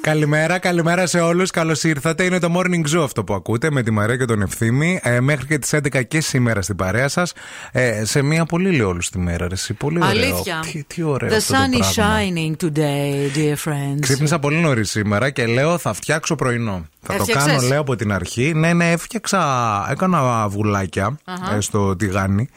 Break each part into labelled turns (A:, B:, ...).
A: Καλημέρα, καλημέρα σε όλους. Καλώς ήρθατε. Είναι το morning zoo αυτό που ακούτε με τη Μαρία και τον Ευθύμη. Ε, μέχρι και τις 11 και σήμερα στην παρέα σας. Ε, σε μία πολύ λεόλου τη μέρα, ρε. εσύ. Πολύ ωραίο.
B: Αλήθεια.
A: Τι, τι ωραίο.
B: The
A: αυτό
B: sun
A: το
B: is
A: πράγμα.
B: shining today, dear friends.
A: Ξύπνησα πολύ νωρίς σήμερα και λέω θα φτιάξω πρωινό. Θα το
B: Έφτιαξες?
A: κάνω, λέω από την αρχή. Ναι, ναι, έφτιαξα. Έκανα βουλάκια, ε, στο τηγάνι.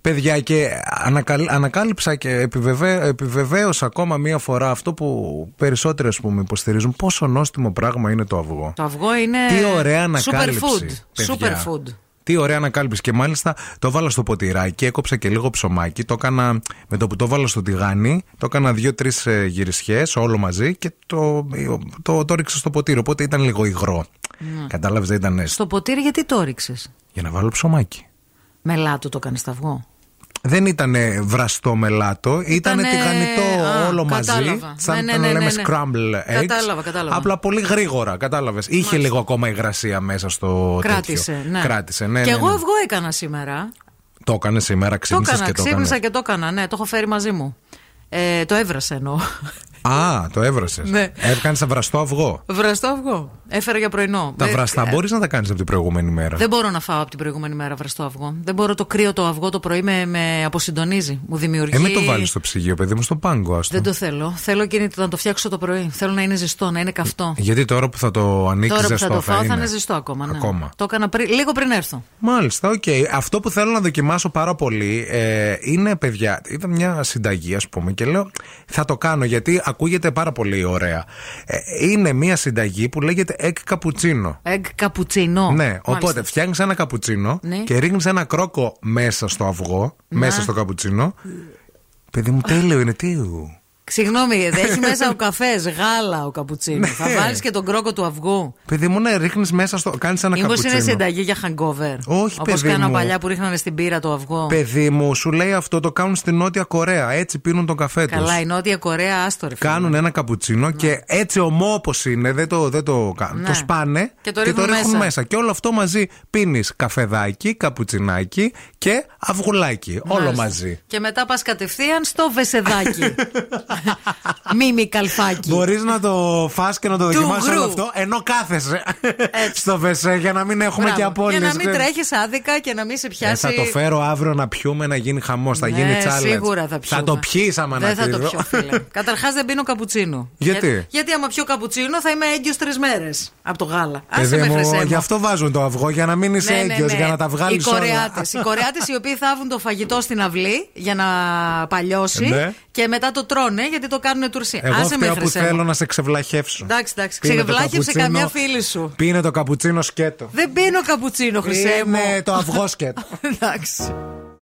A: Παιδιά, και ανακαλ- ανακάλυψα και επιβεβαίω, επιβεβαίωσα ακόμα μία φορά αυτό που περισσότεροι ας πούμε υποστηρίζουν πόσο νόστιμο πράγμα είναι το αυγό.
B: Το αυγό είναι.
A: Τι ωραία ανακάλυψη.
B: Ε, Superfood.
A: παιδιά.
B: Superfood.
A: Τι ωραία ανακάλυψη. Και μάλιστα το βάλα στο ποτηράκι, έκοψα και λίγο ψωμάκι. Το έκανα με το που το βάλα στο τηγάνι, το έκανα δύο-τρει γυρισιές όλο μαζί και το, το, το ρίξα στο ποτήρι. Οπότε ήταν λίγο υγρό.
B: Ναι.
A: Κατάλαβες, δεν ήταν έστω.
B: Στο ποτήρι γιατί το ρίξες.
A: Για να βάλω ψωμάκι.
B: Με λάτο το κάνει το αυγό.
A: Δεν ήταν βραστό μελάτο, ήταν
B: Ήτανε-
A: τηγανιτό
B: α,
A: όλο μαζί.
B: κατάλαβα.
A: Σαν
B: Ναι, ναι,
A: να
B: ναι,
A: λέμε
B: ναι, ναι.
A: scramble eggs.
B: Κατάλαβα, κατάλαβα.
A: Απλά πολύ γρήγορα, κατάλαβες. Είχε λίγο ακόμα υγρασία μέσα στο.
B: Κράτησε.
A: τέτοιο.
B: Ναι.
A: Κράτησε, ναι.
B: Και
A: ναι,
B: εγώ
A: ναι.
B: αυγό έκανα σήμερα.
A: Το έκανε σήμερα,
B: Το
A: ξύπνησε
B: έκανα.
A: και το έκανε.
B: Ξύπνησα και το έκανα. Ναι, το έχω φέρει μαζί μου. Ε, το έβρασε εννοώ.
A: Α, το έβρασες.
B: Ναι.
A: Έκανες βραστό αυγό.
B: Βραστό αυγό. Έφερα για πρωινό.
A: Τα
B: Ε,
A: βραστά μπορείς να τα κάνεις από την προηγούμενη μέρα.
B: Δεν μπορώ να φάω από την προηγούμενη μέρα βραστό αυγό. Δεν μπορώ το κρύο το αυγό το πρωί με, με αποσυντονίζει. Μου δημιουργεί.
A: Ε, μην το βάλεις στο ψυγείο, παιδί μου, στον πάγκο, άστο.
B: Δεν το θέλω. Θέλω εκείνη να το φτιάξω το πρωί. Θέλω να είναι ζεστό, να είναι καυτό.
A: Γιατί τώρα που θα το ανοίξεις
B: Τώρα που
A: Ε, ζεστό
B: θα το φάω θα,
A: είναι.
B: είναι ζεστό ακόμα. Ναι.
A: Ακόμα.
B: Το έκανα πριν, λίγο πριν έρθω.
A: Μάλιστα, οκ. Αυτό που θέλω να δοκιμάσω πάρα πολύ ε, είναι, παιδιά, ήταν μια συνταγή, ας πούμε, και λέω θα το κάνω γιατί ακούγεται πάρα πολύ ωραία. Ε, είναι μια συνταγή που λέγεται egg cappuccino.
B: Egg καπουτσινό.
A: Ναι, οπότε
B: Μάλιστα.
A: φτιάχνεις ένα καπουτσίνο
B: Ναι.
A: και ρίχνεις ένα κρόκο μέσα στο αυγό, μέσα στο καπουτσίνο. Παιδί μου, τέλειο είναι, τι. ου.
B: Συγγνώμη, δεν έχει μέσα ο καφές, γάλα ο
A: Ναι.
B: καπουτσίνο. θα βάλεις και τον κρόκο του αυγού.
A: Παιδί μου, ναι, ρίχνεις μέσα στο. Κάνεις ένα
B: Μήπως
A: καπουτσίνο.
B: είναι συνταγή για hangover.
A: Όχι,
B: Όπως
A: παιδί
B: κάνω
A: μου.
B: παλιά που ρίχνανε στην πύρα το αυγό.
A: Παιδί μου, σου λέει αυτό το κάνουν στη Νότια Κορέα. Έτσι πίνουν τον καφέ τους.
B: Καλά, η Νότια Κορέα, άστο ρε φίλε.
A: Κάνουν ένα καπουτσίνο και έτσι ομό όπω είναι, δεν το, δεν το κάνουν.
B: Ναι.
A: Το σπάνε
B: Και το ρίχνουν μέσα.
A: Και όλο αυτό μαζί πίνεις καφεδάκι, καπουτσινάκι και αυγουλάκι. Όλο
B: Μάλιστα.
A: μαζί.
B: Και μετά πας κατευθείαν στο βεσεδάκι. Μίμη καλφάκι.
A: Μπορείς να το φας και να το
B: Του
A: δοκιμάσεις όλο
B: γρου.
A: αυτό, ενώ κάθεσαι
B: Έτσι.
A: στο βεσέ για να μην έχουμε
B: Μπράβο.
A: και απόλυε.
B: Για να μην τρέχεις άδικα και να μην σε πιάσει.
A: Ε, θα το φέρω αύριο να πιούμε να γίνει χαμός, θα γίνει τσάλε.
B: Ναι, Σίγουρα θα πιούμε.
A: το πιεις άμα
B: Δεν
A: να
B: θα το
A: κρυβώ.
B: πιω, φίλε. Καταρχάς δεν πίνω καπουτσίνο.
A: Γιατί?
B: Για- γιατί άμα πιω καπουτσίνο θα είμαι έγκυος τρεις μέρες από το γάλα. Άσε
A: Παιδί
B: με
A: μου,
B: χρυσέ. μου.
A: γι' αυτό βάζουν το αυγό, για να μην είσαι
B: Ναι, ναι,
A: έγκυος,
B: ναι.
A: για να τα βγάλεις
B: οι Κορεάτες. Οι Κορεάτες οι οποίοι θάβουν το φαγητό στην αυλή για να παλιώσει
A: Ναι.
B: και μετά το τρώνε γιατί το κάνουν τουρσί.
A: Εγώ
B: Άσε με
A: φταίω που
B: χρυσέ. μου.
A: θέλω να σε ξεβλαχεύσω.
B: Εντάξει, εντάξει.
A: Πίνε το
B: Ξεβλάχευσε
A: καπουτσίνο-
B: καμιά φίλη σου.
A: Πίνε το καπουτσίνο σκέτο.
B: Δεν πίνω καπουτσίνο, χρυσέ μου.
A: Είναι το αυγό σκέτο.
B: Εντάξει.